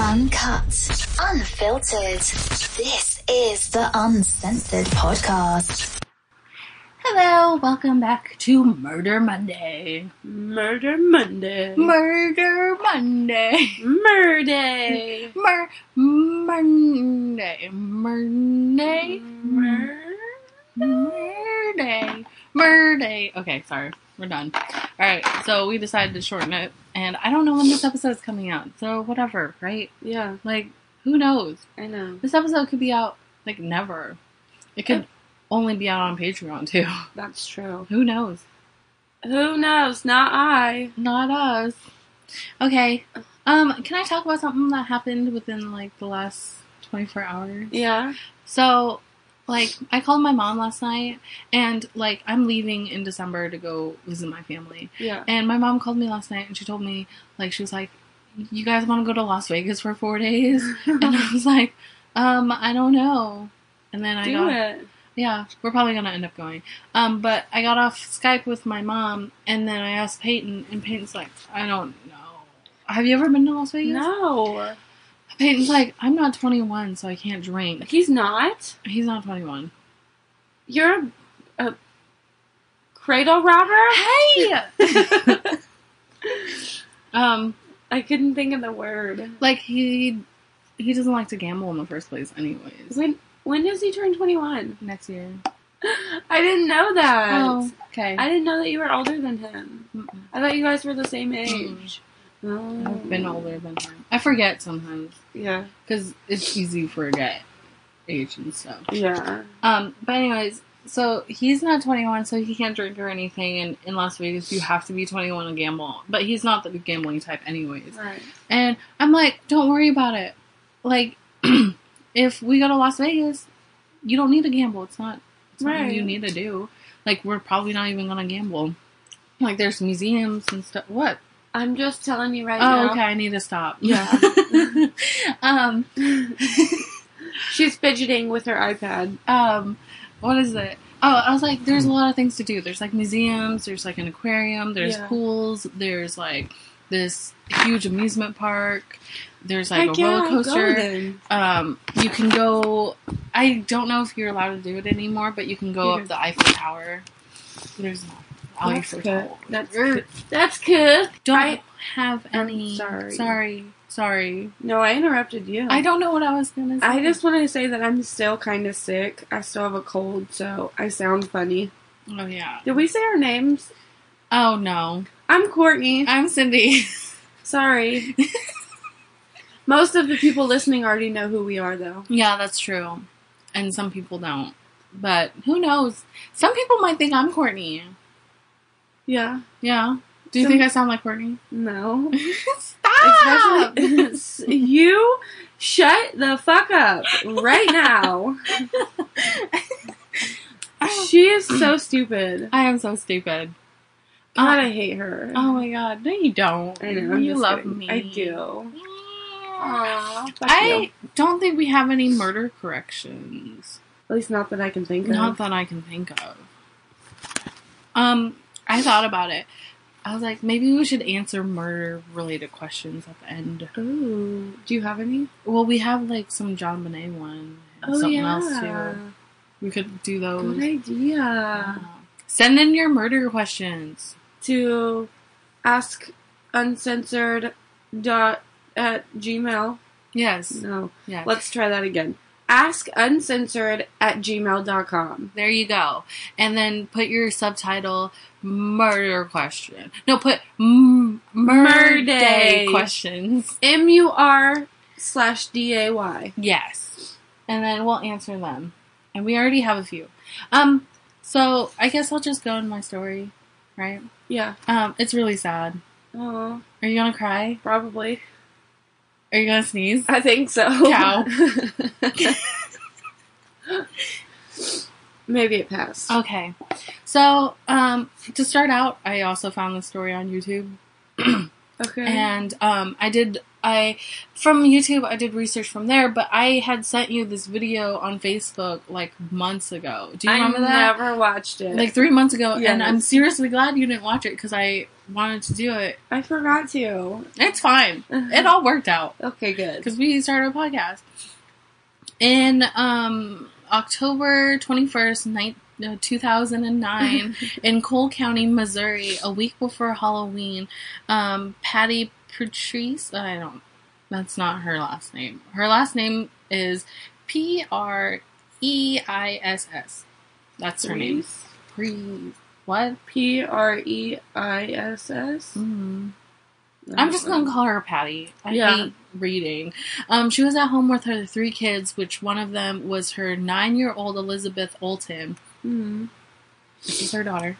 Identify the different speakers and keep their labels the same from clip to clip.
Speaker 1: Uncut, unfiltered. This is the Uncensored Podcast.
Speaker 2: Hello, welcome back to Murder Monday.
Speaker 3: Murder Monday.
Speaker 2: Murder Monday.
Speaker 3: Murday.
Speaker 2: Mur Monday. Monday. Murday. Murday. Okay, sorry. We're done. Alright, so we decided to shorten it, and I don't know when this episode is coming out, so whatever, right?
Speaker 3: Yeah,
Speaker 2: Like, who knows?
Speaker 3: I know.
Speaker 2: This episode could be out, like, never. It could only be out on Patreon, too.
Speaker 3: That's true.
Speaker 2: Who knows?
Speaker 3: Who knows? Not I.
Speaker 2: Not us. Okay. Um, can I talk about something that happened within like the last 24 hours?
Speaker 3: Yeah.
Speaker 2: So, like, I called my mom last night and like I'm leaving in December to go visit my family.
Speaker 3: Yeah.
Speaker 2: And my mom called me last night and she told me like she was like, "You guys want to go to Las Vegas for 4 days?" and I was like, "Um, I don't know." And then I
Speaker 3: Do
Speaker 2: got
Speaker 3: it.
Speaker 2: yeah, we're probably gonna end up going. Um, but I got off Skype with my mom, and then I asked Peyton, and Peyton's like, I don't know. Have you ever been to Las Vegas?
Speaker 3: No.
Speaker 2: Peyton's like, I'm not 21, so I can't drink.
Speaker 3: He's not.
Speaker 2: He's not 21.
Speaker 3: You're a, a cradle robber?
Speaker 2: Hey. um,
Speaker 3: I couldn't think of the word.
Speaker 2: like he he doesn't like to gamble in the first place, anyways.
Speaker 3: When when does he turn 21?
Speaker 2: Next year.
Speaker 3: I didn't know that.
Speaker 2: Oh, okay.
Speaker 3: I didn't know that you were older than him.
Speaker 2: Mm-mm.
Speaker 3: I thought you guys were the same age.
Speaker 2: Mm.
Speaker 3: Oh.
Speaker 2: I've been older than him. I forget sometimes
Speaker 3: Yeah.
Speaker 2: because it's easy to forget age and stuff.
Speaker 3: Yeah.
Speaker 2: Um, but anyways, so he's not 21, so he can't drink or anything. And in Las Vegas, you have to be 21 to gamble. But he's not the gambling type, anyways.
Speaker 3: Right.
Speaker 2: And I'm like, don't worry about it. Like, if we go to Las Vegas, you don't need to gamble. It's not it's something
Speaker 3: Right.
Speaker 2: you need to do. Like, we're probably not even gonna gamble. Like, there's museums and stuff. What?
Speaker 3: I'm just telling you right
Speaker 2: Oh,
Speaker 3: now.
Speaker 2: okay. I need to stop.
Speaker 3: Yeah.
Speaker 2: um.
Speaker 3: She's fidgeting with her iPad.
Speaker 2: um, what is it? Oh, I was like, there's a lot of things to do. There's like museums, there's like an aquarium, there's
Speaker 3: Yeah.
Speaker 2: pools, there's like this huge amusement park, there's like
Speaker 3: Heck
Speaker 2: a
Speaker 3: yeah,
Speaker 2: roller
Speaker 3: I'll go
Speaker 2: coaster.
Speaker 3: then.
Speaker 2: Um, you can go, I don't know if you're allowed to do it anymore, but you can go
Speaker 3: You
Speaker 2: up the Eiffel Tower. There's an Eiffel
Speaker 3: That's good.
Speaker 2: Tower.
Speaker 3: That's
Speaker 2: Er,
Speaker 3: good. That's good.
Speaker 2: Don't
Speaker 3: I-
Speaker 2: have
Speaker 3: I'm
Speaker 2: any.
Speaker 3: sorry.
Speaker 2: Sorry. Sorry.
Speaker 3: No, I interrupted you.
Speaker 2: I don't know what I was gonna say.
Speaker 3: I just want to say that I'm still kind of sick. I still have a cold, so I sound funny.
Speaker 2: Oh, yeah.
Speaker 3: Did we say our names?
Speaker 2: Oh, no.
Speaker 3: I'm Courtney.
Speaker 2: I'm Cindy.
Speaker 3: Sorry. Most of the people listening already know who we are, though.
Speaker 2: Yeah, that's true. And some people don't. But who knows? Some people might think I'm Courtney.
Speaker 3: Yeah.
Speaker 2: Yeah. Do you
Speaker 3: Some-
Speaker 2: think I sound like Courtney?
Speaker 3: No.
Speaker 2: Stop!
Speaker 3: Especially you. Shut the fuck up right now. She is so stupid.
Speaker 2: I am so stupid.
Speaker 3: God,
Speaker 2: Uh,
Speaker 3: I hate her.
Speaker 2: oh my god. No, you don't.
Speaker 3: I know. I'm
Speaker 2: you
Speaker 3: just
Speaker 2: love
Speaker 3: kidding.
Speaker 2: me.
Speaker 3: I do. Aww,
Speaker 2: I don't think we have any murder corrections.
Speaker 3: At least not that I can think of.
Speaker 2: Not that I can think of. Um, I thought about it. I was like, maybe we should answer murder related questions at the end.
Speaker 3: Ooh. Do you have any?
Speaker 2: Well, we have like some John Bonet one, and something else too. We could do
Speaker 3: Oh, Good
Speaker 2: those.
Speaker 3: idea.
Speaker 2: Uh, Send in your murder questions.
Speaker 3: To ask uncensored dot at gmail.
Speaker 2: Yes,
Speaker 3: No.
Speaker 2: yes.
Speaker 3: Let's try that again. Ask uncensored at gmail.com.
Speaker 2: there you go, and then put your subtitle murder question. No, put m- murder
Speaker 3: Murday.
Speaker 2: questions.
Speaker 3: M U R slash D A Y.
Speaker 2: Yes, and then we'll answer them. And we already have a few. Um, so I guess I'll just go in my story, right?
Speaker 3: Yeah.
Speaker 2: Um, it's really sad.
Speaker 3: Oh,
Speaker 2: Are you gonna cry?
Speaker 3: probably.
Speaker 2: Are you gonna sneeze?
Speaker 3: I think so.
Speaker 2: Cow.
Speaker 3: Maybe it passed.
Speaker 2: Okay. So, um, to start out, I also found this story on YouTube.
Speaker 3: Okay.
Speaker 2: And um, I did uh, I from YouTube I did research from there, but I had sent you this video on Facebook like months ago. Do you
Speaker 3: I
Speaker 2: remember that?
Speaker 3: never watched it.
Speaker 2: Like three months ago,
Speaker 3: Yes.
Speaker 2: and I'm seriously glad you didn't watch it because I wanted to do it.
Speaker 3: I forgot to.
Speaker 2: It's fine.
Speaker 3: Uh-huh.
Speaker 2: It all worked out
Speaker 3: okay, good.
Speaker 2: because we started a podcast in um, October uh, 21st, nine no, 2009, in Cole County, Missouri, a week before Halloween. Um, Patty Patrice, I don't, that's not her last name. Her last name is P R E I S S. That's her name. Patrice. What?
Speaker 3: P R E I S S.
Speaker 2: Mm. I'm just gonna call her Patty. I
Speaker 3: Yeah.
Speaker 2: hate reading. Um, she was at home with her three kids, which one of them was her nine-year-old Elizabeth Olton.
Speaker 3: Mhm.
Speaker 2: This is her daughter.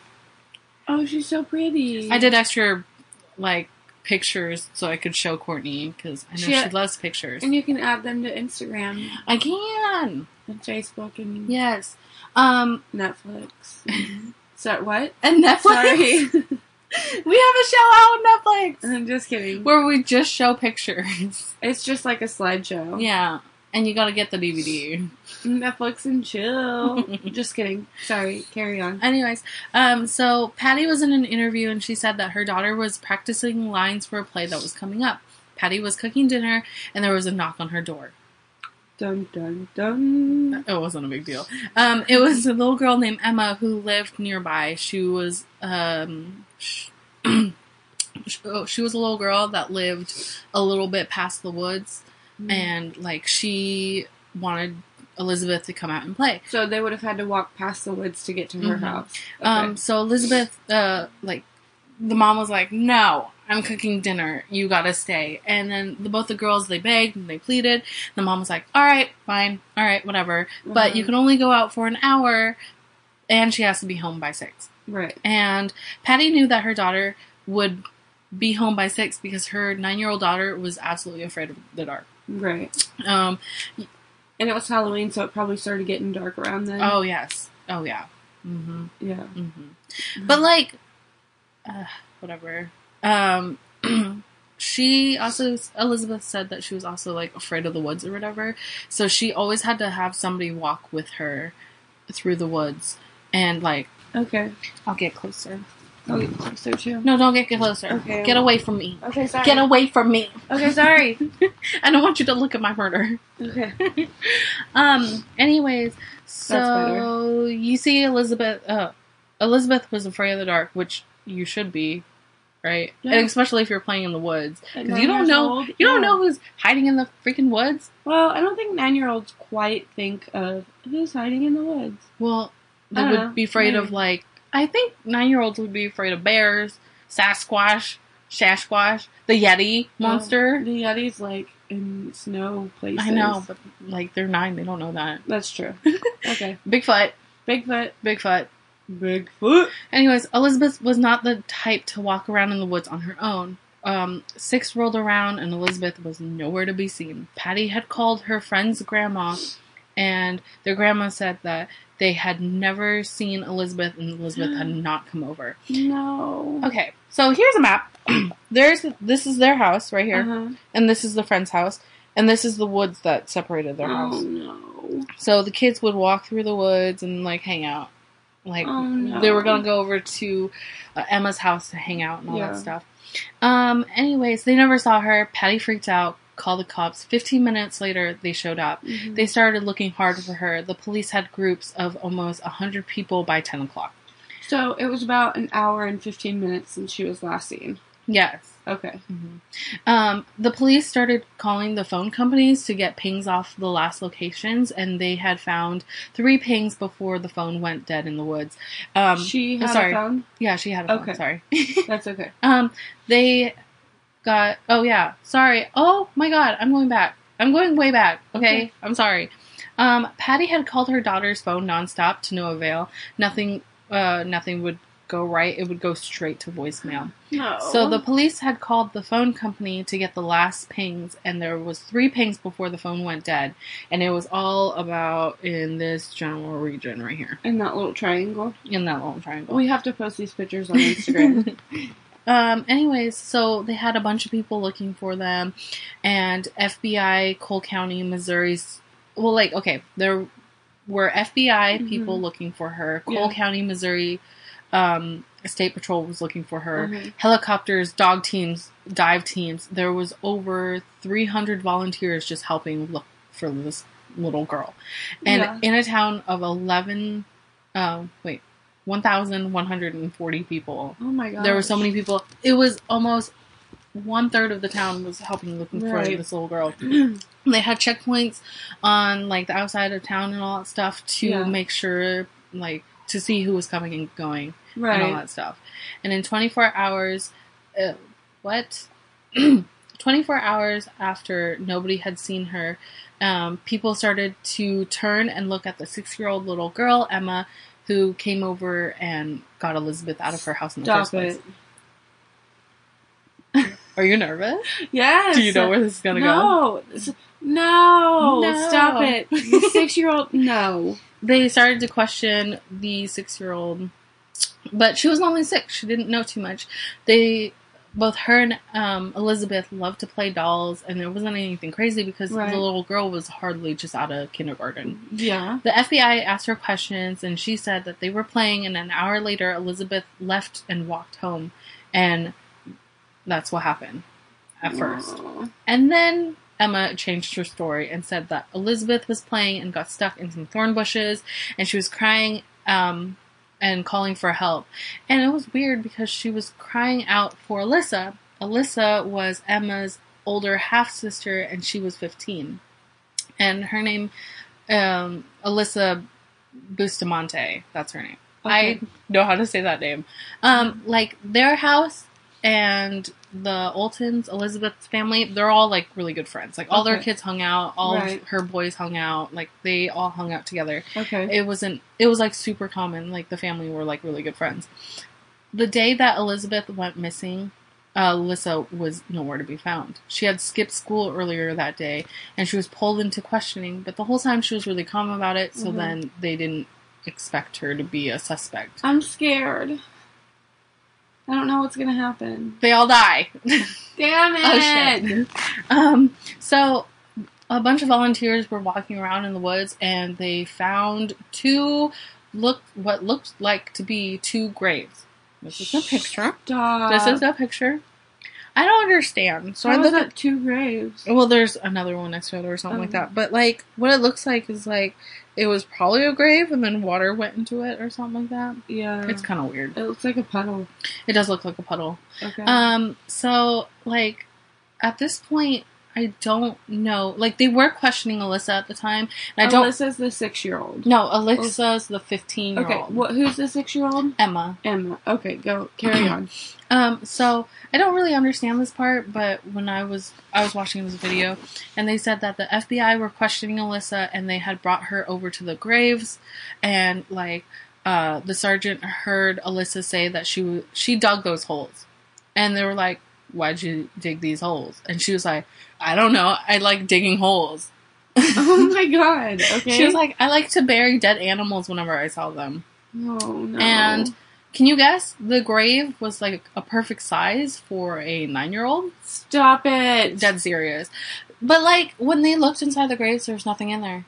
Speaker 3: Oh, she's so pretty.
Speaker 2: I did extra like pictures so I could show Courtney because I know
Speaker 3: She-
Speaker 2: she, loves pictures.
Speaker 3: And you can add them to Instagram
Speaker 2: I can.
Speaker 3: and Facebook and
Speaker 2: Yes. Um,
Speaker 3: Netflix. Is that what?
Speaker 2: and Netflix.
Speaker 3: Sorry.
Speaker 2: We have a show out on Netflix
Speaker 3: I'm just kidding.
Speaker 2: where we just show pictures.
Speaker 3: It's just like a slideshow.
Speaker 2: yeah, and you gotta get the DVD.
Speaker 3: Netflix and chill. just kidding. Sorry. Carry on.
Speaker 2: Anyways, um, so Patty was in an interview and she said that her daughter was practicing lines for a play that was coming up. Patty was cooking dinner and there was a knock on her door.
Speaker 3: Dun dun dun.
Speaker 2: It wasn't a big deal. Um, it was a little girl named Emma who lived nearby. She was um, sh- sh- oh, she was a little girl that lived a little bit past the woods, and like she wanted Elizabeth to come out and play.
Speaker 3: so they would have had to walk past the woods to get to her
Speaker 2: Mhm.
Speaker 3: house.
Speaker 2: Um, so Elizabeth, uh, like, the mom was like, "No, I'm cooking dinner. You gotta stay." And then the, both the girls they begged and they pleaded. The mom was like, "All right, fine, all right, whatever. But you
Speaker 3: Mhm.
Speaker 2: can only go out for an hour, and she has to be home by six.
Speaker 3: Mm-hmm. right.
Speaker 2: And Patty knew that her daughter would be home by six because her nine-year-old daughter was absolutely afraid of the dark.
Speaker 3: Right.
Speaker 2: Um,
Speaker 3: And it was Halloween, so it probably started getting dark around then.
Speaker 2: oh yes, oh yeah. hmm
Speaker 3: yeah.
Speaker 2: Mm-hmm. But like, uh, whatever. Um, she also Elizabeth said that she was also like afraid of the woods or whatever, so she always had to have somebody walk with her through the woods. And like,
Speaker 3: Okay.
Speaker 2: I'll get closer.
Speaker 3: Oh, so too.
Speaker 2: No, don't get closer.
Speaker 3: Okay.
Speaker 2: Get away from me.
Speaker 3: Okay. Sorry.
Speaker 2: Get away from me.
Speaker 3: Okay. Sorry.
Speaker 2: I don't want you to look at my murder.
Speaker 3: okay.
Speaker 2: Um. Anyways, so you see Elizabeth. Uh, Elizabeth was afraid of the dark, which you should be, right?
Speaker 3: Yeah.
Speaker 2: And especially if you're playing in the woods,
Speaker 3: At
Speaker 2: because
Speaker 3: nine
Speaker 2: you don't
Speaker 3: years
Speaker 2: know.
Speaker 3: old?
Speaker 2: You don't
Speaker 3: Yeah.
Speaker 2: know who's hiding in the freaking woods.
Speaker 3: Well, I don't think nine-year-olds quite think of who's hiding in the woods.
Speaker 2: Well, they
Speaker 3: I
Speaker 2: would
Speaker 3: don't know.
Speaker 2: be afraid of
Speaker 3: Maybe.
Speaker 2: like. I think nine-year-olds would be afraid of bears, Sasquatch, Sasquatch, the Yeti monster.
Speaker 3: The Yeti's like in snow places.
Speaker 2: I know, but like they're nine, they don't know that.
Speaker 3: That's true. okay.
Speaker 2: Bigfoot,
Speaker 3: Bigfoot.
Speaker 2: Bigfoot.
Speaker 3: Bigfoot.
Speaker 2: Anyways, Elizabeth was not the type to walk around in the woods on her own. Um, six rolled around and Elizabeth was nowhere to be seen. Patty had called her friend's grandma, and their grandma said that they had never seen Elizabeth and Elizabeth had not come over.
Speaker 3: No.
Speaker 2: Okay, so here's a map. There's this is their house right here,
Speaker 3: Uh-huh.
Speaker 2: and this is the friend's house, and this is the woods that separated their
Speaker 3: Oh
Speaker 2: house.
Speaker 3: no.
Speaker 2: So the kids would walk through the woods and like hang out. Like
Speaker 3: Oh, no.
Speaker 2: they were gonna go over to uh, Emma's house to hang out and all
Speaker 3: Yeah.
Speaker 2: that stuff. Um. Anyways, they never saw her. Patty freaked out. Called the cops. Fifteen minutes later, they showed up.
Speaker 3: Mhm.
Speaker 2: They started looking hard for her. The police had groups of almost hundred people by ten o'clock.
Speaker 3: So it was about an hour and fifteen minutes since she was last seen.
Speaker 2: Yes.
Speaker 3: Okay.
Speaker 2: Um, the police started calling the phone companies to get pings off the last locations, and they had found three pings before the phone went dead in the woods. Um,
Speaker 3: she
Speaker 2: oh,
Speaker 3: had
Speaker 2: sorry.
Speaker 3: a phone.
Speaker 2: Yeah, she had a phone.
Speaker 3: Okay.
Speaker 2: Sorry.
Speaker 3: That's okay.
Speaker 2: Um, they got. Oh yeah. Sorry. Oh my God. I'm going back. I'm going way back. Okay.
Speaker 3: Okay.
Speaker 2: I'm sorry. Um, Patty had called her daughter's phone nonstop to no avail. Nothing. Uh, nothing would go right. It would go straight to voicemail.
Speaker 3: No.
Speaker 2: So the police had called the phone company to get the last pings, and there was three pings before the phone went dead, and it was all about in this general region right here
Speaker 3: in that little triangle.
Speaker 2: in that little triangle.
Speaker 3: We have to post these pictures on Instagram.
Speaker 2: Um, anyways, so they had a bunch of people looking for them, and FBI, Cole County, Missouri's. Well, like, okay, there were FBI people looking for her. Cole
Speaker 3: Yeah.
Speaker 2: County, Missouri, um, State Patrol was looking for her.
Speaker 3: Mhm.
Speaker 2: Helicopters, dog teams, dive teams. There was over 300 volunteers just helping look for this little girl. And
Speaker 3: Yeah.
Speaker 2: in a town of 11, uh, wait, 1,140 people.
Speaker 3: Oh my god.
Speaker 2: There were so many people. It was almost one third of the town was helping looking for
Speaker 3: Right.
Speaker 2: this little girl. they had checkpoints on like the outside of town and all that stuff to
Speaker 3: Yeah.
Speaker 2: make sure, like, to see who was coming and going and all
Speaker 3: Right.
Speaker 2: that stuff. And in 24 hours, uh, what? 24 hours after nobody had seen her, um, people started to turn and look at the six year old little girl, Emma, who came over and got Elizabeth out of her house in the
Speaker 3: Stop
Speaker 2: first place.
Speaker 3: it.
Speaker 2: Are you nervous?
Speaker 3: Yes.
Speaker 2: Do you know where this is gonna go?
Speaker 3: no. S- No.
Speaker 2: No.
Speaker 3: Stop it. Six year old. No.
Speaker 2: They started to question the six year old, but she was only six. She didn't know too much. They, both her and um, Elizabeth, loved to play dolls, and there wasn't anything crazy because
Speaker 3: Right.
Speaker 2: the little girl was hardly just out of kindergarten.
Speaker 3: Yeah.
Speaker 2: The FBI asked her questions, and she said that they were playing, and an hour later, Elizabeth left and walked home, and that's what happened at first.
Speaker 3: Aw.
Speaker 2: And then Emma changed her story and said that Elizabeth was playing and got stuck in some thorn bushes and she was crying um, and calling for help. And it was weird because she was crying out for Alyssa. Alyssa was Emma's older half sister and she was 15. And her name, um, Alyssa Bustamante, that's her name. I
Speaker 3: Okay.
Speaker 2: know how to say that name. Um, like their house and the Oltons, Elizabeth's family, they're all like really good friends. Like all their
Speaker 3: Okay.
Speaker 2: kids hung out, all of
Speaker 3: Right.
Speaker 2: her boys hung out, like they all hung out together.
Speaker 3: Okay.
Speaker 2: It wasn't it was like super common, like the family were like really good friends. The day that Elizabeth went missing, uh, Alyssa was nowhere to be found. She had skipped school earlier that day and she was pulled into questioning, but the whole time she was really calm about it, so
Speaker 3: Mhm.
Speaker 2: then they didn't expect her to be a suspect.
Speaker 3: I'm scared. I don't know what's gonna happen.
Speaker 2: They all die.
Speaker 3: Damn it.
Speaker 2: Oh, um, so a bunch of volunteers were walking around in the woods and they found two look what looked like to be two graves. This is a picture.
Speaker 3: Stop.
Speaker 2: this is a picture. I don't understand. So I
Speaker 3: How is
Speaker 2: look
Speaker 3: that
Speaker 2: at
Speaker 3: two graves?
Speaker 2: well, there's another one next to it or something like
Speaker 3: Oh.
Speaker 2: that. But like what it looks like is like it was probably a grave and then water went into it or something like that.
Speaker 3: Yeah.
Speaker 2: It's kind of weird.
Speaker 3: it looks like a puddle.
Speaker 2: It does look like a puddle.
Speaker 3: Okay.
Speaker 2: Um, so like at this point I don't know. Like they were questioning Alyssa at the time. And I don't
Speaker 3: Alyssa's Oh, the six year old.
Speaker 2: No, Alyssa's the fifteen year
Speaker 3: Okay.
Speaker 2: old.
Speaker 3: What? Who's the six year old?
Speaker 2: Emma.
Speaker 3: Emma. Okay. Go. Carry on.
Speaker 2: Um, so I don't really understand this part, but when I was I was watching this video and they said that the FBI were questioning Alyssa and they had brought her over to the graves and like uh, the sergeant heard Alyssa say that she w- she dug those holes, and they were like, "Why'd you dig these holes?" And she was like, "I don't know. I like digging holes."
Speaker 3: oh my god. Okay.
Speaker 2: She was like, "I like to bury dead animals whenever I saw them."
Speaker 3: oh no.
Speaker 2: And can you guess? The grave was like a perfect size for a nine-year-old.
Speaker 3: stop it.
Speaker 2: Dead serious. But like when they looked inside the graves, there was nothing in there.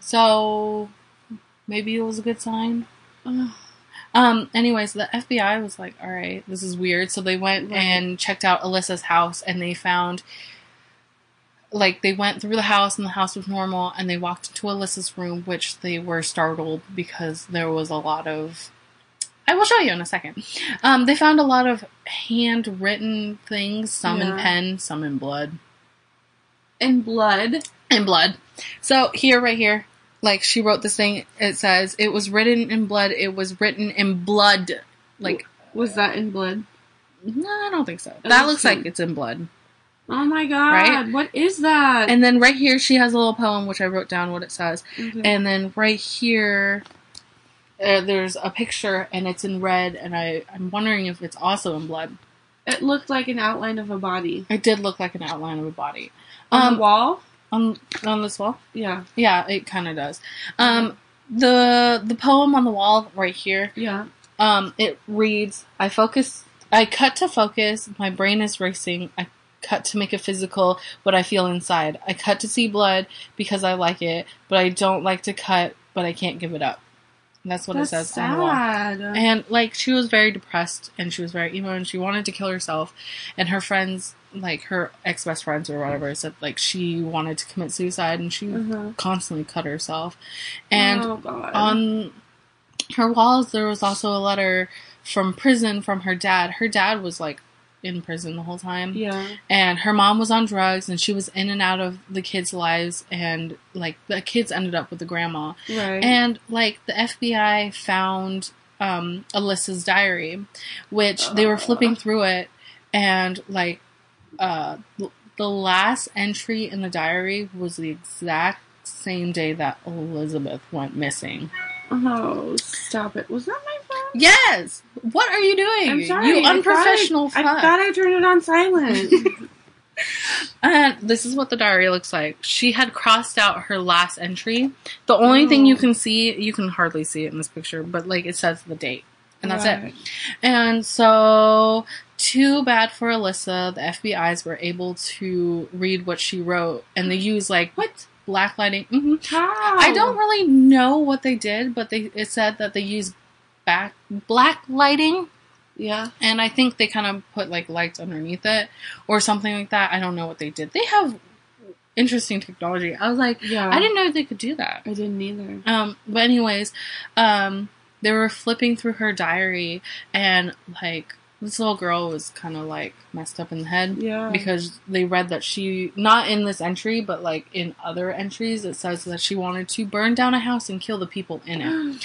Speaker 2: So maybe it was a good sign. Um, anyways, the FBI was like, all right, this is weird. So they went
Speaker 3: Right.
Speaker 2: and checked out Alyssa's house and they found, like, they went through the house and the house was normal and they walked into Alyssa's room, which they were startled because there was a lot of. I will show you in a second. Um, they found a lot of handwritten things, some in
Speaker 3: Yeah.
Speaker 2: pen, some in blood.
Speaker 3: and blood.
Speaker 2: In blood. So here, right here, like she wrote this thing. It says it was written in blood. It was written in blood. Like
Speaker 3: Was that in blood?
Speaker 2: no, I don't think so.
Speaker 3: It
Speaker 2: That looks
Speaker 3: looks
Speaker 2: like
Speaker 3: like-
Speaker 2: it's in blood.
Speaker 3: Oh my god.
Speaker 2: Right?
Speaker 3: What is that?
Speaker 2: And then right here, she has a little poem which I wrote down what it says.
Speaker 3: Okay.
Speaker 2: And then right here, uh, there's a picture and it's in red. And I I'm wondering if it's also in blood.
Speaker 3: it looked like an outline of a body
Speaker 2: It did look like an outline of a body.
Speaker 3: on
Speaker 2: Um,
Speaker 3: the wall.
Speaker 2: on on this wall.
Speaker 3: Yeah.
Speaker 2: Yeah, it kind of does. Um, the the poem on the wall right here.
Speaker 3: Yeah.
Speaker 2: Um, it reads, I focus I cut to focus. My brain is racing. I cut to make it physical what I feel inside. I cut to see blood because I like it, but I don't like to cut, but I can't give it up. And that's what
Speaker 3: That's
Speaker 2: it says on the wall.
Speaker 3: sad.
Speaker 2: And like she was very depressed and she was very emo and she wanted to kill herself and her friends like her ex best friends or whatever said like she wanted to commit suicide and she
Speaker 3: Uh-huh.
Speaker 2: constantly cut herself. And
Speaker 3: oh, God.
Speaker 2: on her walls there was also a letter from prison from her dad. Her dad was like in prison the whole time
Speaker 3: yeah,
Speaker 2: and her mom was on drugs and she was in and out of the kids' lives and like the kids ended up with the grandma.
Speaker 3: right.
Speaker 2: And like the FBI found um, Alyssa's diary, which they were flipping through it, and like uh, l- the last entry in the diary was the exact same day that Elizabeth went missing.
Speaker 3: oh, stop it. Was that my phone?
Speaker 2: Yes. What are you doing?
Speaker 3: I'm sorry.
Speaker 2: You
Speaker 3: I thought
Speaker 2: unprofessional
Speaker 3: I, I
Speaker 2: fuck.
Speaker 3: thought I turned it on silent.
Speaker 2: And this is what the diary looks like. She had crossed out her last entry. The only thing you
Speaker 3: Oh.
Speaker 2: can see, you can hardly see it in this picture, but like it says the date. And that's it.
Speaker 3: Right.
Speaker 2: And so, too bad for Alyssa, the FBI's were able to read what she wrote, and they used like what blacklighting. hmm
Speaker 3: How?
Speaker 2: I don't really know what they did, but they it said that they used back black lighting,
Speaker 3: Yeah.
Speaker 2: and I think they kind of put like lights underneath it or something like that. I don't know what they did. They have interesting technology. I was like,
Speaker 3: Yeah.
Speaker 2: I didn't know they could do that.
Speaker 3: I didn't either.
Speaker 2: Um, but anyways, um, they were flipping through her diary, and like this little girl was kind of like messed up in the head
Speaker 3: Yeah.
Speaker 2: because they read that she not in this entry, but like in other entries, it says that she wanted to burn down a house and kill the people in it.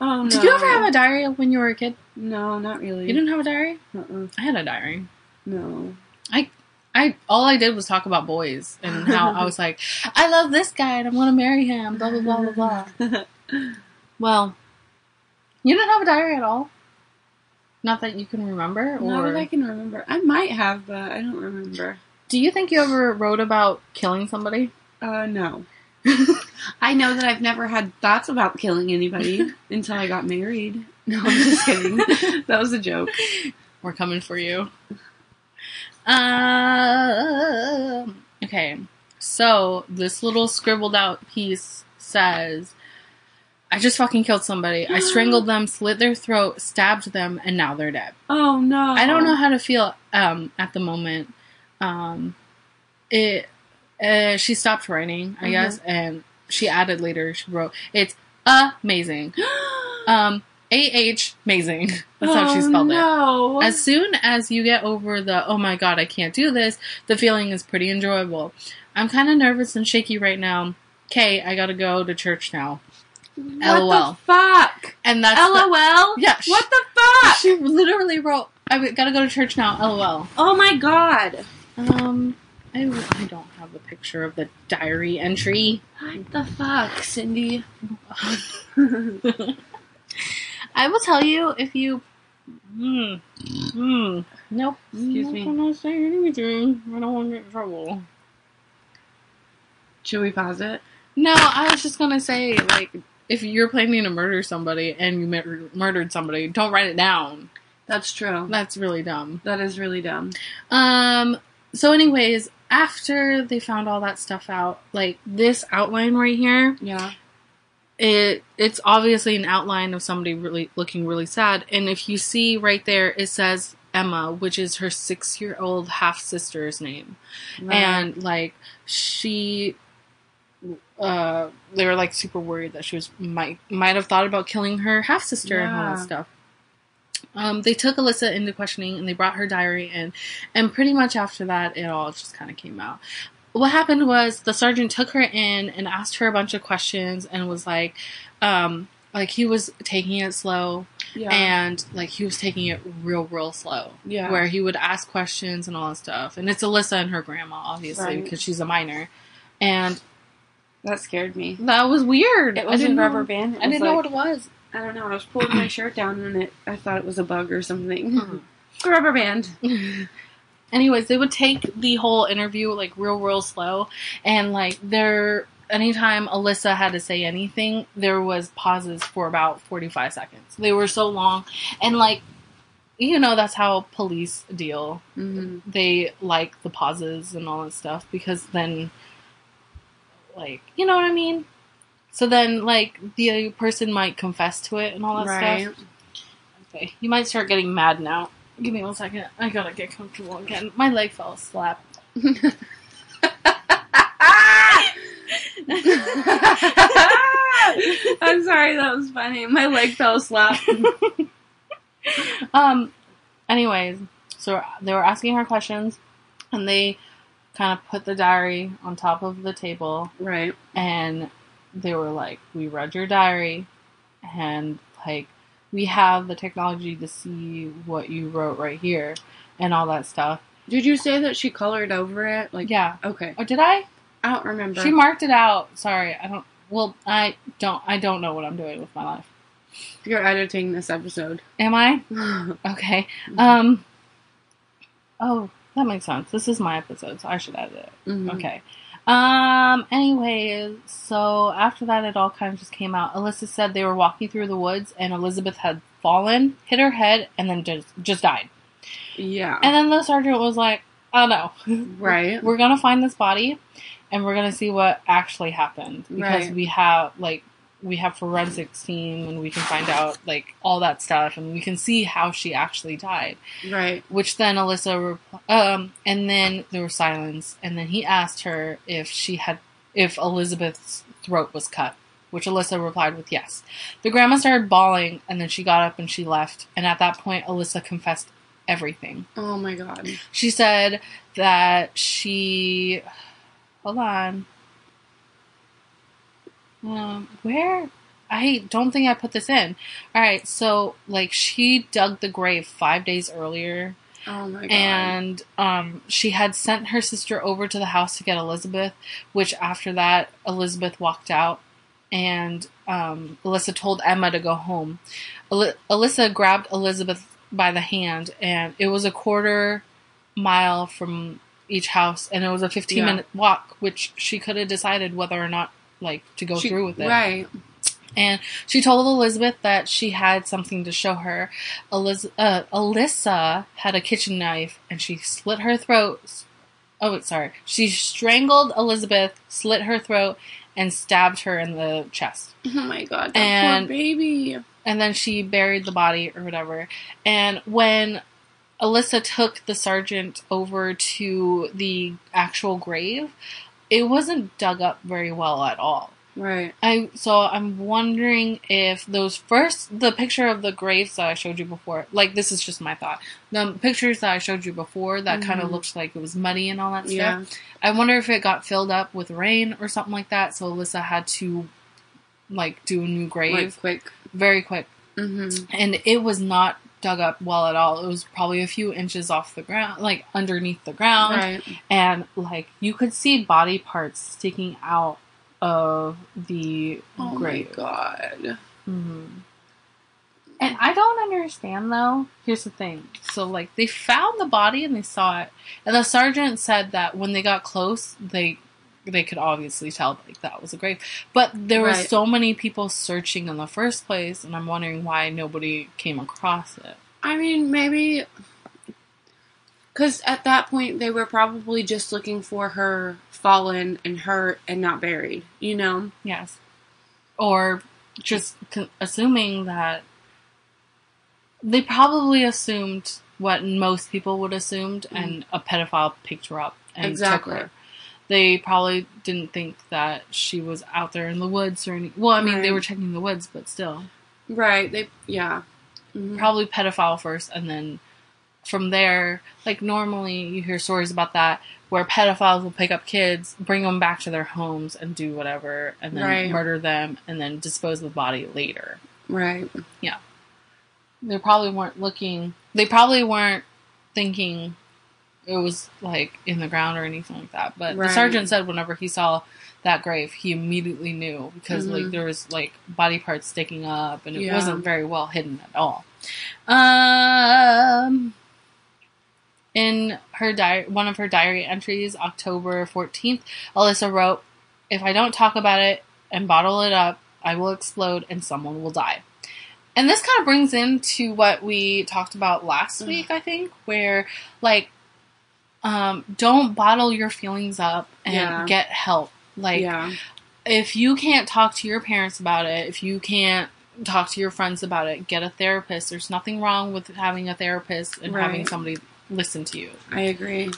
Speaker 3: oh no. Mm.
Speaker 2: Did you ever have a diary when you were a kid?
Speaker 3: No, not really.
Speaker 2: You didn't have a diary?
Speaker 3: Uh-uh.
Speaker 2: I had a diary.
Speaker 3: No.
Speaker 2: I all I did was talk about boys and how I was like, I love this guy and I'm gonna marry him. Blah blah blah blah blah. Well, you didn't have a diary at all. Not that you can remember,
Speaker 3: Not
Speaker 2: or
Speaker 3: that I can remember. I might have, but I don't remember.
Speaker 2: do you think you ever wrote about killing somebody?
Speaker 3: Uh, no. I know that I've never had thoughts about killing anybody until I got married. No, I'm just kidding. that was a joke.
Speaker 2: We're coming for you. Um. Okay. So this little scribbled out piece says, "I just fucking killed somebody. I strangled them, slit their throat, stabbed them, and now they're dead."
Speaker 3: Oh no.
Speaker 2: I don't know how to feel um, at the moment. Um, it uh, she stopped writing, I
Speaker 3: Mhm.
Speaker 2: guess, and she added later. She wrote, "It's amazing." Um, A H amazing. That's how she spelled it.
Speaker 3: Oh, no.
Speaker 2: As soon as you get over the oh my god, I can't do this, the feeling is pretty enjoyable. I'm kind of nervous and shaky right now. Okay, I gotta go to church now,
Speaker 3: What
Speaker 2: LOL.
Speaker 3: the fuck?
Speaker 2: and that's the-
Speaker 3: LOL?
Speaker 2: Yeah, sh-
Speaker 3: What the fuck?
Speaker 2: she literally wrote, "I gotta go to church now." LOL.
Speaker 3: oh my god.
Speaker 2: Um, I, I don't have a picture of the diary entry.
Speaker 3: What the fuck, Cindy?
Speaker 2: I will tell you if you. Mm, mm, nope.
Speaker 3: Excuse
Speaker 2: I'm
Speaker 3: me.
Speaker 2: not gonna say anything. I don't want to get in trouble.
Speaker 3: Should we pause it?
Speaker 2: No, I was just gonna say like if you're planning to murder somebody and you mur- murdered somebody, don't write it down.
Speaker 3: That's true.
Speaker 2: That's really dumb.
Speaker 3: That is really dumb.
Speaker 2: Um. So, anyways, after they found all that stuff out, like this outline right here.
Speaker 3: Yeah.
Speaker 2: it it's obviously an outline of somebody really looking really sad and if you see right there it says Emma which is her 6-year-old half sister's name
Speaker 3: Uh-huh.
Speaker 2: and like she uh they were like super worried that she was might might have thought about killing her half sister and all that
Speaker 3: Yeah.
Speaker 2: stuff um, they took Alyssa into questioning and they brought her diary in, and pretty much after that, it all just kind of came out. What happened was the sergeant took her in and asked her a bunch of questions and was like, um, like he was taking it slow
Speaker 3: yeah.
Speaker 2: and like he was taking it real, real slow
Speaker 3: yeah.
Speaker 2: where he would ask questions and all that stuff. And it's Alyssa and her grandma, obviously,
Speaker 3: Right.
Speaker 2: because she's a minor. And
Speaker 3: that scared me.
Speaker 2: that was weird.
Speaker 3: It
Speaker 2: I
Speaker 3: was a
Speaker 2: didn't
Speaker 3: rubber
Speaker 2: know.
Speaker 3: band. It
Speaker 2: I didn't
Speaker 3: was
Speaker 2: know
Speaker 3: like-
Speaker 2: what it was.
Speaker 3: I don't know. I was pulling my shirt down and it. I thought it was a bug or something.
Speaker 2: Hmm.
Speaker 3: It's a rubber band.
Speaker 2: Anyways, they would take the whole interview like real, real slow, and like there, anytime Alyssa had to say anything, there was pauses for about forty-five seconds. They were so long, and like you know that's how police deal.
Speaker 3: Mm-hmm.
Speaker 2: They like the pauses and all that stuff because then, like, you know what I mean. So then, like, the person might confess to it and all that
Speaker 3: Right.
Speaker 2: stuff. Okay, you might start getting mad now. Give me one second. I gotta get comfortable again. My leg fell a slap.
Speaker 3: Ah! I'm sorry, that was funny. My leg fell slap.
Speaker 2: Um. Anyways, so they were asking her questions, and they kind of put the diary on top of the table,
Speaker 3: Right.
Speaker 2: and they were like, "We read your diary, and like we have the technology to see what you wrote right here, and all that stuff."
Speaker 3: Did you say that she colored over it? Like,
Speaker 2: yeah.
Speaker 3: Okay.
Speaker 2: Or did I?
Speaker 3: I don't remember.
Speaker 2: She marked it out. Sorry, I don't. Well, I don't. I don't know what I'm doing with my life.
Speaker 3: You're editing this episode. Mm-hmm.
Speaker 2: Am I? Okay. Um. Oh, that makes sense. This is my episode, so I should edit it.
Speaker 3: Mhm.
Speaker 2: Okay. Um. Anyways, so after that, it all kind of just came out. Alyssa said they were walking through the woods, and Elizabeth had fallen, hit her head, and then just just died.
Speaker 3: Yeah.
Speaker 2: And then the sergeant was like, "Oh no,
Speaker 3: right.
Speaker 2: we're gonna find this body, and we're gonna see what actually happened because
Speaker 3: Right.
Speaker 2: we have like." We have forensics team, and we can find out like all that stuff, and we can see how she actually died
Speaker 3: Right.
Speaker 2: which then Alyssa, repl- um, and then there was silence, and then he asked her if she had, if Elizabeth's throat was cut, which Alyssa replied with yes. The grandma started bawling, and then she got up and she left, and at that point, Alyssa confessed everything.
Speaker 3: Oh my god.
Speaker 2: She said that she, hold on, um, where? I don't think I put this in. All right, so like she dug the grave five days earlier
Speaker 3: Oh my god.
Speaker 2: and um, she had sent her sister over to the house to get Elizabeth, which after that, Elizabeth walked out, and um, Alyssa told Emma to go home. Eli- Alyssa grabbed Elizabeth by the hand, and it was a quarter mile from each house, and it was a 15
Speaker 3: Yeah.
Speaker 2: minute walk, which she could have decided whether or not like to go
Speaker 3: She-
Speaker 2: through with it.
Speaker 3: Right.
Speaker 2: And she told Elizabeth that she had something to show her. Eliz- uh, Alyssa had a kitchen knife and she slit her throat. Oh, wait, sorry. She strangled Elizabeth, slit her throat, and stabbed her in the chest.
Speaker 3: Oh my god. That
Speaker 2: And-
Speaker 3: poor baby.
Speaker 2: And then she buried the body or whatever. And when Alyssa took the sergeant over to the actual grave, it wasn't dug up very well at all.
Speaker 3: Right.
Speaker 2: I so I'm wondering if those first the picture of the graves that I showed you before, like this is just my thought. The pictures that I showed you before that kind of
Speaker 3: Mhm.
Speaker 2: looked like it was muddy and all that stuff.
Speaker 3: Yeah.
Speaker 2: I wonder if it got filled up with rain or something like that, so Alyssa had to like do a new grave
Speaker 3: Like quick.
Speaker 2: very quick.
Speaker 3: Mm-hmm.
Speaker 2: And it was not dug up well at all. It was probably a few inches off the ground, like underneath the ground
Speaker 3: Right.
Speaker 2: and like you could see body parts sticking out of the
Speaker 3: Oh
Speaker 2: grave.
Speaker 3: my god.
Speaker 2: Mhm. And I don't understand though. Here's the thing. So like they found the body and they saw it, and the sergeant said that when they got close, they they could obviously tell like that was a grave. But there were
Speaker 3: Right.
Speaker 2: so many people searching in the first place, and I'm wondering why nobody came across it.
Speaker 3: I mean, maybe. Because at that point, they were probably just looking for her fallen and hurt and not buried, you know?
Speaker 2: Yes. Or just c- assuming that they probably assumed what most people would assumed, and a pedophile picked her up and
Speaker 3: Mm-hmm. Exactly.
Speaker 2: took her. They probably didn't think that she was out there in the woods or any. Well, I mean, they
Speaker 3: Right.
Speaker 2: were checking the woods, but still,
Speaker 3: Right. They, yeah. Mhm.
Speaker 2: probably pedophile first, and then from there, like normally you hear stories about that where pedophiles will pick up kids, bring them back to their homes, and do whatever, and then
Speaker 3: Right.
Speaker 2: murder them, and then dispose of the body later.
Speaker 3: Right.
Speaker 2: They probably weren't looking. They probably weren't thinking it was like in the ground or anything like that. But
Speaker 3: Right.
Speaker 2: the sergeant said whenever he saw that grave, he immediately knew because like
Speaker 3: Mhm.
Speaker 2: there was like body parts sticking up, and it
Speaker 3: Yeah.
Speaker 2: wasn't very well hidden at all. Um, in her diary, one of her diary entries, October fourteenth, Alyssa wrote, "If I don't talk about it and bottle it up, I will explode and someone will die." And this kind of brings into what we talked about last
Speaker 3: Mm.
Speaker 2: week, I think, where like um, don't bottle your feelings up and
Speaker 3: Yeah.
Speaker 2: get help. Like
Speaker 3: yeah.
Speaker 2: if you can't talk to your parents about it, if you can't talk to your friends about it, get a therapist. There's nothing wrong with having a therapist and having
Speaker 3: Right. Mm-hmm.
Speaker 2: somebody listen to you.
Speaker 3: I agree.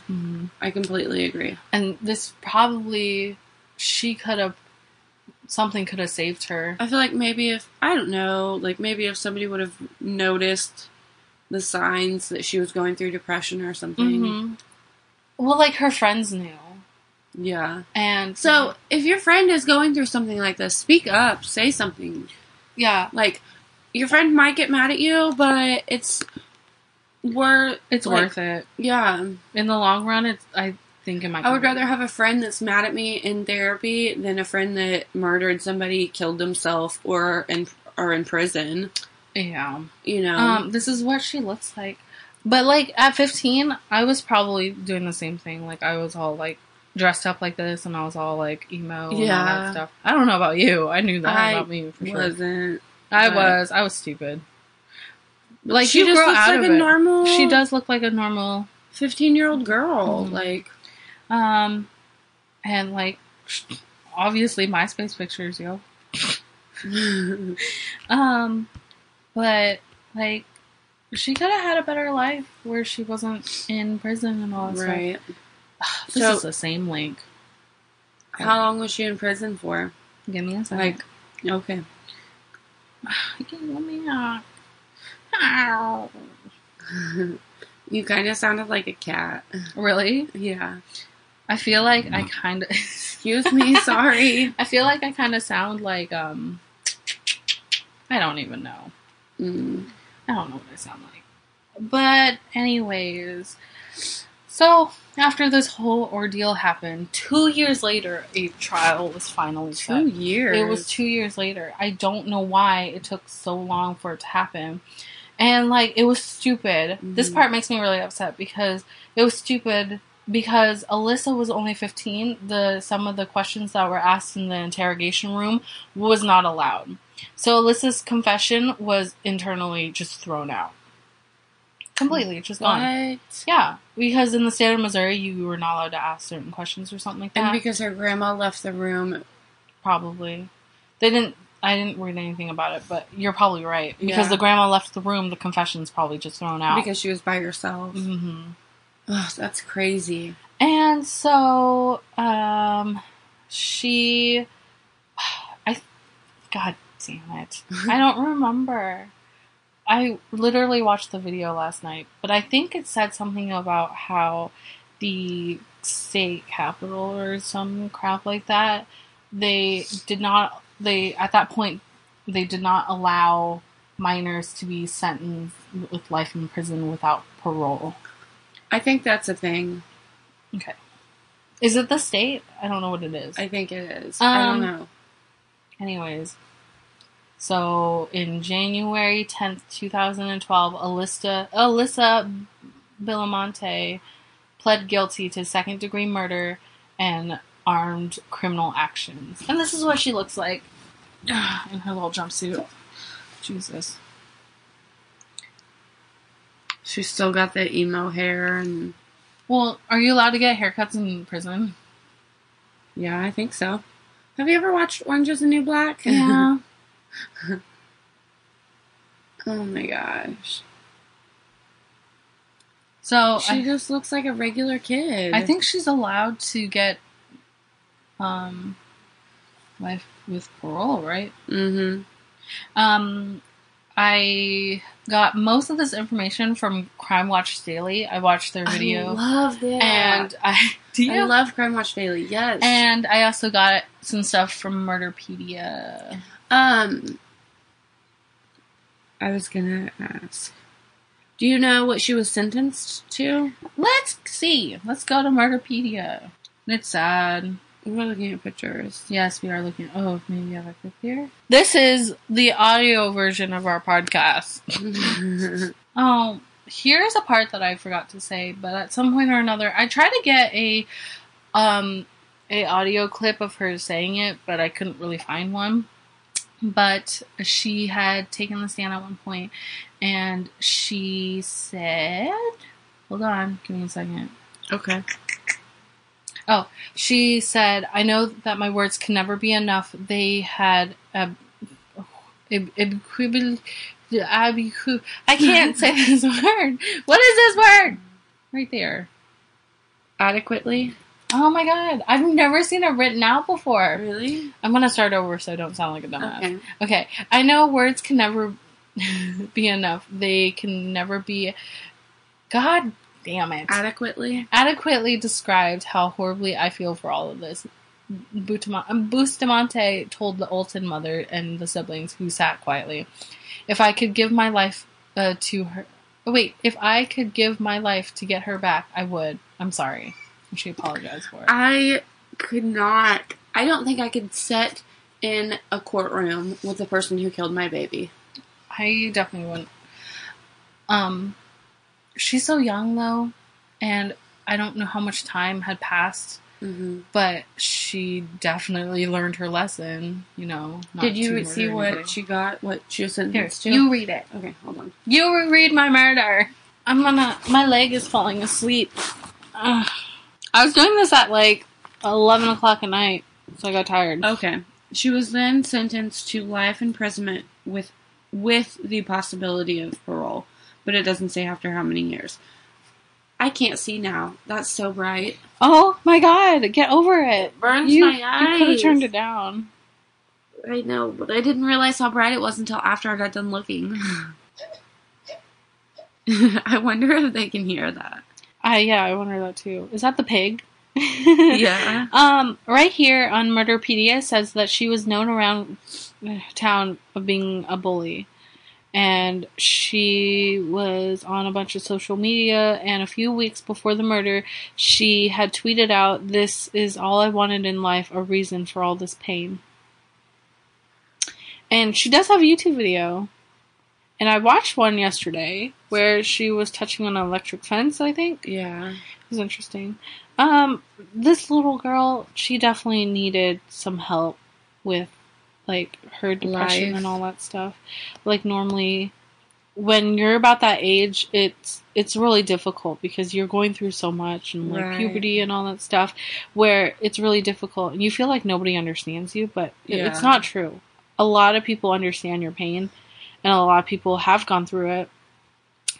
Speaker 3: I completely agree.
Speaker 2: And this probably she could have something could have saved her.
Speaker 3: I feel like maybe if I don't know, like maybe if somebody would have noticed the signs that she was going through depression or something.
Speaker 2: hmm Well, like her friends knew,
Speaker 3: Yeah.
Speaker 2: and
Speaker 3: So if your friend is going through something like this, speak up, say something.
Speaker 2: yeah,
Speaker 3: Like your friend might get mad at you, but it's worth.
Speaker 2: it's
Speaker 3: like,
Speaker 2: worth it
Speaker 3: Yeah.
Speaker 2: in the long run. It's I think it might.
Speaker 3: I
Speaker 2: be
Speaker 3: would
Speaker 2: worth
Speaker 3: rather have a friend that's mad at me in therapy than a friend that murdered somebody, killed himself, or in or in prison.
Speaker 2: it. yeah.
Speaker 3: You know.
Speaker 2: Um, this is what she looks like. But like at 15, I was probably doing the same thing. Like I was all like dressed up like this, and I was all like emo and all
Speaker 3: Yeah.
Speaker 2: that stuff. I don't know about you. I knew that
Speaker 3: I
Speaker 2: about me for sure.
Speaker 3: wasn't
Speaker 2: I
Speaker 3: but-
Speaker 2: was. I was stupid. Like
Speaker 3: she
Speaker 2: you
Speaker 3: just
Speaker 2: grow
Speaker 3: looks
Speaker 2: out
Speaker 3: like
Speaker 2: of
Speaker 3: a
Speaker 2: it.
Speaker 3: normal.
Speaker 2: She does look like a normal
Speaker 3: Fifteen year old girl,
Speaker 2: Mhm.
Speaker 3: like
Speaker 2: Um, and like, obviously MySpace pictures, yo. Um, but like, she could have had a better life where she wasn't in prison and all that
Speaker 3: right.
Speaker 2: stuff. This
Speaker 3: So-
Speaker 2: is the same link.
Speaker 3: How long was she in prison for?
Speaker 2: Give me a second.
Speaker 3: Like, okay,
Speaker 2: let me. Uh, ow.
Speaker 3: you kind of sounded like a cat.
Speaker 2: really?
Speaker 3: Yeah.
Speaker 2: I feel like I kind of.
Speaker 3: Excuse me. sorry.
Speaker 2: I feel like I kind of sound like um. I don't even know.
Speaker 3: Mm.
Speaker 2: I don't know what I sound like. But, anyways, so after this whole ordeal happened, two years later, a trial was finally
Speaker 3: Two
Speaker 2: set.
Speaker 3: years.
Speaker 2: It was two years later. I don't know why it took so long for it to happen. And, like, it was stupid. This
Speaker 3: Mhm.
Speaker 2: part makes me really upset because it was stupid because Alyssa was only 15. The Some of the questions that were asked in the interrogation room was not allowed. So Alyssa's confession was internally just thrown out. Completely, just
Speaker 3: what?
Speaker 2: gone. Yeah, because in the state of Missouri, you were not allowed to ask certain questions or something like that.
Speaker 3: And because her grandma left the room,
Speaker 2: probably, they didn't. I didn't read anything about it, but you're probably right because
Speaker 3: Yeah.
Speaker 2: the grandma left the room. The confession's probably just thrown out.
Speaker 3: because she was by herself.
Speaker 2: hmm
Speaker 3: Ugh, that's crazy.
Speaker 2: And so, um, she, I, god damn it, I don't remember. I literally watched the video last night, but I think it said something about how the state capital or some crap like that, they did not, they, at that point, they did not allow minors to be sentenced with life in prison without parole.
Speaker 3: I think that's a thing.
Speaker 2: Is it the state? I don't know what it is.
Speaker 3: I think it is. I don't
Speaker 2: Um,
Speaker 3: know.
Speaker 2: Anyways, so in January 10th, 2012, Alyssa, Alyssa Bilamonte pled guilty to second degree murder and armed criminal actions. And this is what she looks like in her little jumpsuit. Jesus.
Speaker 3: She's still got the emo hair, and
Speaker 2: Well, are you allowed to get haircuts in prison?
Speaker 3: yeah, I think so. Have you ever watched Orange Is the New Black? oh my gosh.
Speaker 2: so
Speaker 3: She
Speaker 2: I,
Speaker 3: just looks like a regular kid.
Speaker 2: I think she's allowed to get um, life with parole, right?
Speaker 3: Mm-hmm.
Speaker 2: Um, I got most of this information from Crime Watch Daily. I watched their video,
Speaker 3: I love that.
Speaker 2: and I do you?
Speaker 3: I love Crime Watch Daily. Yes.
Speaker 2: and I also got some stuff from Murderpedia.
Speaker 3: um, I was gonna ask. Do you know what she was sentenced to?
Speaker 2: Let's see. Let's go to Murderpedia. It's sad.
Speaker 3: We're looking at pictures.
Speaker 2: Yes, we are looking. Oh, maybe I have a clip here. This is the audio version of our podcast. Oh, here's a part that I forgot to say, but at some point or another, I tried to get a um a audio clip of her saying it, but I couldn't really find one. but she had taken the stand at one point and she said hold on give me a second
Speaker 3: Okay.
Speaker 2: she said i know that my words can never be enough they had a I can't say this word. What is this word? Right there.
Speaker 3: Adequately.
Speaker 2: Oh my god. I've never seen it written out before.
Speaker 3: Really?
Speaker 2: I'm going to start over so I don't sound like a dumbass.
Speaker 3: Okay.
Speaker 2: Okay, I know words can never be enough. They can never be. God damn it.
Speaker 3: Adequately.
Speaker 2: Adequately described how horribly I feel for all of this. Butama- um, Bustamante told the Olsen mother and the siblings who sat quietly, "If I could give my life uh, to her, oh, wait, if I could give my life to get her back, I would. I'm sorry." And she apologized for it.
Speaker 3: I could not. I don't think I could sit in a courtroom with the person who killed my baby.
Speaker 2: I definitely wouldn't. Um, she's so young though, and I don't know how much time had passed,
Speaker 3: Mm-hmm.
Speaker 2: but she definitely learned her lesson. You know. not
Speaker 3: Did
Speaker 2: to
Speaker 3: you
Speaker 2: murder
Speaker 3: see
Speaker 2: anybody.
Speaker 3: what she got? What she was
Speaker 2: Here,
Speaker 3: sentenced to?
Speaker 2: you read it.
Speaker 3: okay, hold on.
Speaker 2: You re- read my murder. I'm gonna. My leg is falling asleep. Ugh. I was doing this at like eleven o'clock at night, so I got tired.
Speaker 3: Okay. She was then sentenced to life imprisonment with with the possibility of parole, but it doesn't say after how many years. I can't see now. That's so bright.
Speaker 2: Oh my god! Get over it.
Speaker 3: burns
Speaker 2: You,
Speaker 3: my
Speaker 2: you could have
Speaker 3: eyes.
Speaker 2: turned it down.
Speaker 3: I know, but I didn't realize how bright it was until after I got done looking. I wonder if they can hear that.
Speaker 2: I yeah, I wonder that too. Is that the pig?
Speaker 3: Yeah.
Speaker 2: Um, right here on Murderpedia says that she was known around uh, town of being a bully. And she was on a bunch of social media, and a few weeks before the murder, she had tweeted out, This is all I wanted in life, a reason for all this pain. And she does have a YouTube video. And I watched one yesterday where she was touching on an electric fence, I think.
Speaker 3: Yeah.
Speaker 2: It was interesting. Um, this little girl, she definitely needed some help with like her depression
Speaker 3: Life.
Speaker 2: and all that stuff. Like normally when you're about that age, it's it's really difficult because you're going through so much and like
Speaker 3: Right.
Speaker 2: puberty and all that stuff where it's really difficult and you feel like nobody understands you, but it- it's
Speaker 3: Yeah.
Speaker 2: not true. A lot of people understand your pain and a lot of people have gone through it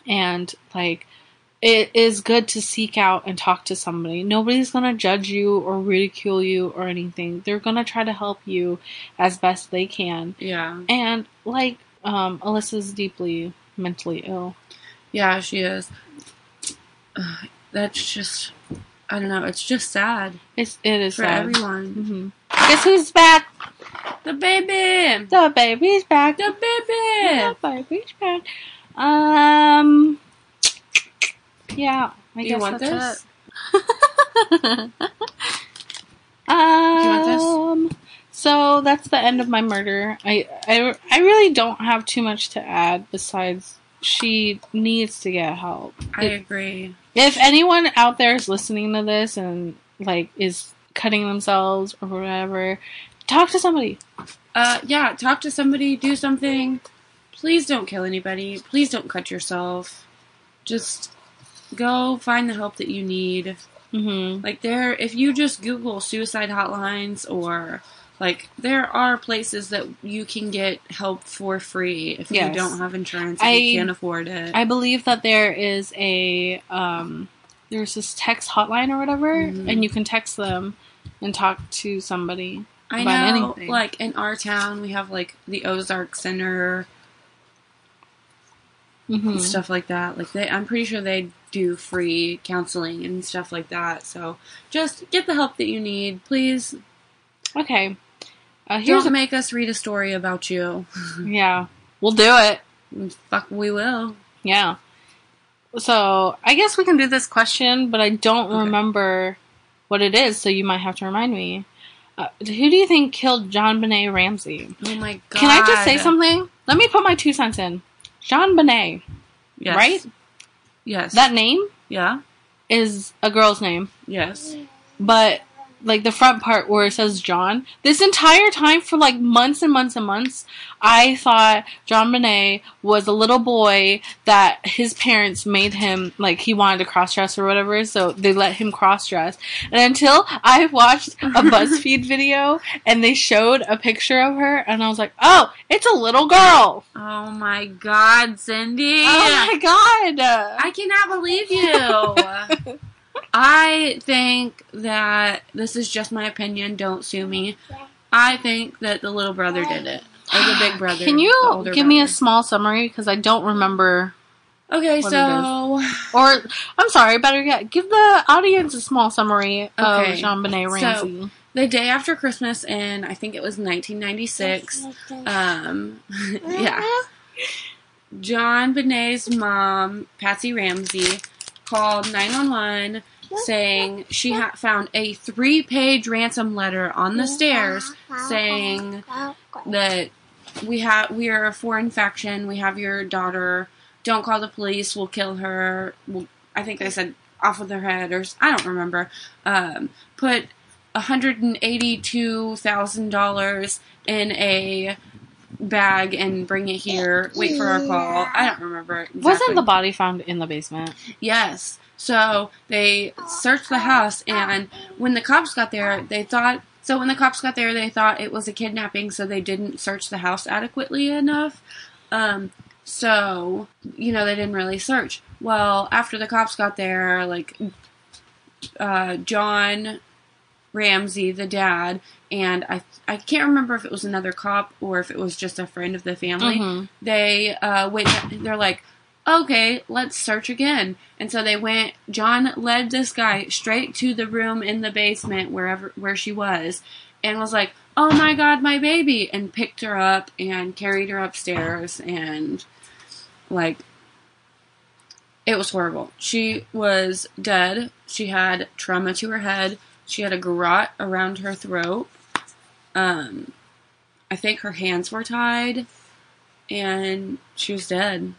Speaker 2: and like it is good to seek out and talk to somebody. Nobody's going to judge you or ridicule you or anything. They're going to try to help you as best they can.
Speaker 3: Yeah.
Speaker 2: And like um Alyssa's deeply mentally ill.
Speaker 3: Yeah, she is. Ugh, That's just I don't know, it's just sad
Speaker 2: It's it is
Speaker 3: for
Speaker 2: sad.
Speaker 3: everyone.
Speaker 2: Mhm. Guess who's back?
Speaker 3: The baby.
Speaker 2: The baby's back.
Speaker 3: The baby.
Speaker 2: The baby's back. Um Yeah, I
Speaker 3: You
Speaker 2: guess
Speaker 3: want
Speaker 2: that's
Speaker 3: this?
Speaker 2: it. Um,
Speaker 3: want
Speaker 2: So that's the end of my murder. I, I, I really don't have too much to add besides she needs to get help.
Speaker 3: I agree.
Speaker 2: If anyone out there is listening to this and like is cutting themselves or whatever, talk to somebody.
Speaker 3: Uh yeah, talk to somebody, do something. Please don't kill anybody. Please don't cut yourself. Just go find the help that you need.
Speaker 2: hmm
Speaker 3: Like there, if you just Google suicide hotlines or like there are places that you can get help for free if
Speaker 2: Yes.
Speaker 3: you don't have insurance, if
Speaker 2: I-
Speaker 3: you can't afford it.
Speaker 2: I believe that there is a um, there's this text hotline or whatever,
Speaker 3: Mhm.
Speaker 2: and you can text them and talk to somebody.
Speaker 3: I
Speaker 2: about
Speaker 3: know,
Speaker 2: anything.
Speaker 3: like in our town, we have like the Ozark Center
Speaker 2: Mhm.
Speaker 3: and
Speaker 2: Mm-hmm.
Speaker 3: stuff like that. Like they, I'm pretty sure they do free counseling and stuff like that. So just get the help that you need, please.
Speaker 2: Okay. Uh, here's
Speaker 3: don't make us read a story about you.
Speaker 2: a yeah. We'll do it.
Speaker 3: Fuck, we will.
Speaker 2: Yeah. So I guess we can do this question, but I don't
Speaker 3: Okay.
Speaker 2: remember what it is, so you might have to remind me. Uh, who do you think killed John Benet Ramsey?
Speaker 3: Oh my god!
Speaker 2: Can I just say something? Let me put my two cents in. John Benet,
Speaker 3: Yes.
Speaker 2: right?
Speaker 3: Yes.
Speaker 2: That name
Speaker 3: yeah.
Speaker 2: is a girl's name,
Speaker 3: Yes.
Speaker 2: but like the front part where it says John. This entire time for like months and months and months, I thought John Bonet was a little boy that his parents made him like he wanted to cross dress or whatever, so they let him cross dress. And until I watched a BuzzFeed video and they showed a picture of her, and I was like, oh, it's a little girl.
Speaker 3: Oh my god, Cindy.
Speaker 2: Oh my god.
Speaker 3: I cannot believe you. I think that this is just my opinion. Don't sue me. I think that the little brother did it, or the big brother.
Speaker 2: Can
Speaker 3: the
Speaker 2: you
Speaker 3: older
Speaker 2: give me a
Speaker 3: brother.
Speaker 2: small summary because I don't remember
Speaker 3: Okay,
Speaker 2: what
Speaker 3: so
Speaker 2: Or, I'm sorry, better yet, give the audience a small summary of
Speaker 3: Okay.
Speaker 2: Jean Benet
Speaker 3: So-
Speaker 2: Ramsey.
Speaker 3: the day after Christmas, in I think it was 1996. Um, yeah, John Benet's mom, Patsy Ramsey, called 911 saying she ha- found a three page ransom letter on the stairs saying that we have we are a foreign faction. We have your daughter. Don't call the police. We'll kill her. We'll, I think they said off with her head or s- I don't remember. Um, put hundred and eighty-two thousand dollars in a bag and bring it here. Wait for our call. I don't remember. Exactly.
Speaker 2: Wasn't the body found in the basement?
Speaker 3: Yes. So they searched the house, and when the cops got there, they thought. So when the cops got there, they thought it was a kidnapping, so they didn't search the house adequately enough. Um, so you know they didn't really search. Well, after the cops got there, like uh, John Ramsey, the dad, and I I can't remember if it was another cop or if it was just a friend of the family
Speaker 2: Mhm.
Speaker 3: they uh, went. They're like, okay, let's search again. And so they went. John led this guy straight to the room in the basement, wherever where she was, and was like, "Oh my god, my baby!" and picked her up and carried her upstairs, and like, it was horrible. She was dead. She had trauma to her head. She had a garrote around her throat. Um, I think her hands were tied and she was dead.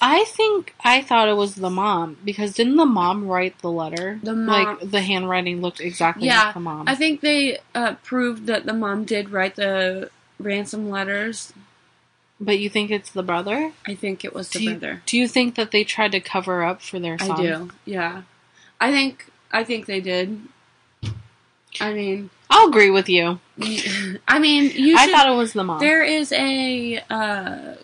Speaker 2: I think I thought it was the mom because didn't the mom write the letter?
Speaker 3: The mom-
Speaker 2: like the handwriting looked exactly
Speaker 3: Yeah,
Speaker 2: like the mom.
Speaker 3: I think they uh, proved that the mom did write the ransom letters.
Speaker 2: but you think it's the brother?
Speaker 3: I think it was the
Speaker 2: do, you,
Speaker 3: brother.
Speaker 2: do you think that they tried to cover up for their son?
Speaker 3: I do. Yeah, I think I think they did. I mean,
Speaker 2: I'll agree with you.
Speaker 3: I mean, you.
Speaker 2: I
Speaker 3: should-
Speaker 2: thought it was the mom.
Speaker 3: there is a. Uh,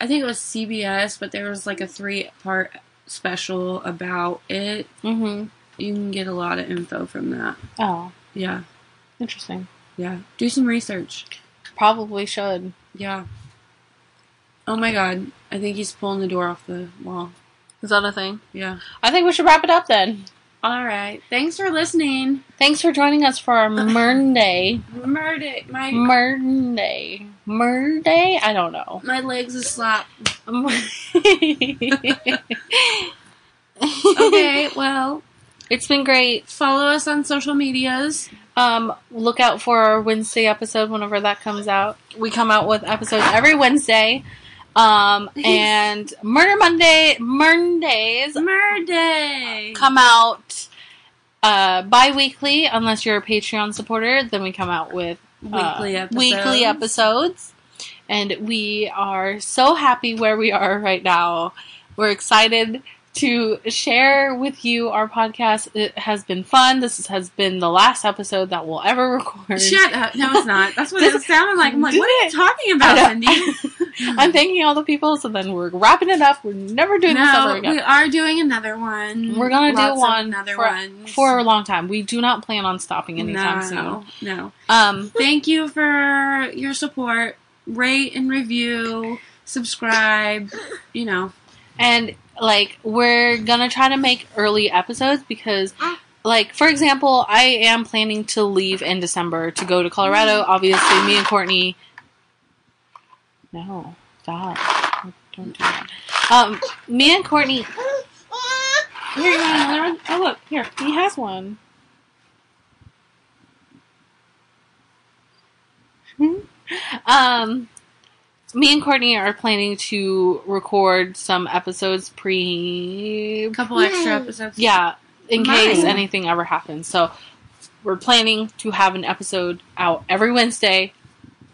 Speaker 3: I think it was CBS, but there was like a three-part special about it.
Speaker 2: hmm
Speaker 3: You can get a lot of info from that.
Speaker 2: Oh,
Speaker 3: Yeah,
Speaker 2: interesting.
Speaker 3: yeah. Do some research.
Speaker 2: Probably should.
Speaker 3: Yeah. Oh my god. I think he's pulling the door off the wall.
Speaker 2: Is that a thing?
Speaker 3: Yeah.
Speaker 2: I think we should wrap it up then.
Speaker 3: All right. Thanks for listening.
Speaker 2: Thanks for joining us for our Monday.
Speaker 3: Murder. My
Speaker 2: Monday. Monday? I don't know.
Speaker 3: my legs are slap.
Speaker 2: okay.
Speaker 3: Okay. well,
Speaker 2: It's been great.
Speaker 3: follow us on social medias.
Speaker 2: Um, look out for our Wednesday episode whenever that comes out. We come out with episodes every Wednesday. Um, and Murder Monday, Mondays
Speaker 3: Murder.
Speaker 2: come out uh, bi-weekly unless you're a Patreon supporter. Then we come out with uh,
Speaker 3: Weekly episodes.
Speaker 2: weekly episodes. And we are so happy where we are right now. We're excited to share with you our podcast. It has been fun. This has been the last episode that we'll ever record.
Speaker 3: Shut up. No, it's not. That's what
Speaker 2: Does-
Speaker 3: it sounded like. I'm like, what are you
Speaker 2: Did
Speaker 3: talking
Speaker 2: I
Speaker 3: about,
Speaker 2: know.
Speaker 3: Cindy?
Speaker 2: I'm thanking all the people, so then we're wrapping it up. We're never doing this ever
Speaker 3: no, we
Speaker 2: again.
Speaker 3: are doing another one.
Speaker 2: We're gonna do
Speaker 3: Lots of
Speaker 2: one
Speaker 3: another
Speaker 2: for-
Speaker 3: one
Speaker 2: For a long time. We do not plan on stopping anytime soon.
Speaker 3: no, no.
Speaker 2: Um,
Speaker 3: Thank you for your support. Rate and review, subscribe, you know.
Speaker 2: and like we're gonna try to make early episodes because like for example i am planning to leave in december to go to colorado obviously me and courtney no stop don't do that um me and courtney
Speaker 3: Here, you want another one? Oh, look, here.
Speaker 2: he has one um me and courtney are planning to record some episodes pre
Speaker 3: A couple extra episodes.
Speaker 2: yeah, in
Speaker 3: Mine.
Speaker 2: case anything ever happens. So We're planning to have an episode out every Wednesday,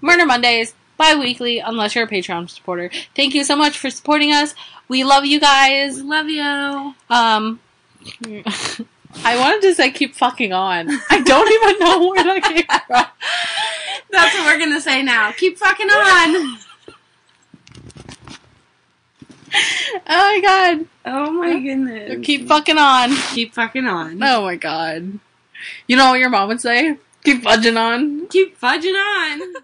Speaker 2: Murder Mondays, bi weekly, unless you're a Patreon supporter. Thank you so much for supporting us. We love you guys.
Speaker 3: Love you.
Speaker 2: Um, I wanted to say keep fucking on. I don't even know where that came from.
Speaker 3: That's what we're gonna say now. Keep fucking on.
Speaker 2: Oh my god.
Speaker 3: Oh my goodness.
Speaker 2: Keep fucking on.
Speaker 3: keep fucking on.
Speaker 2: Oh my god. You know what your mom would say? Keep fudging on.
Speaker 3: Keep fudging on.